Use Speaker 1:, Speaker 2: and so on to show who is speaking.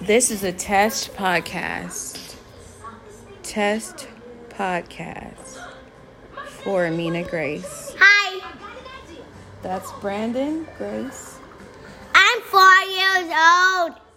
Speaker 1: This is a test podcast. Test podcast for Amina Grace.
Speaker 2: Hi,
Speaker 1: That's Brandon Grace.
Speaker 2: I'm four years old.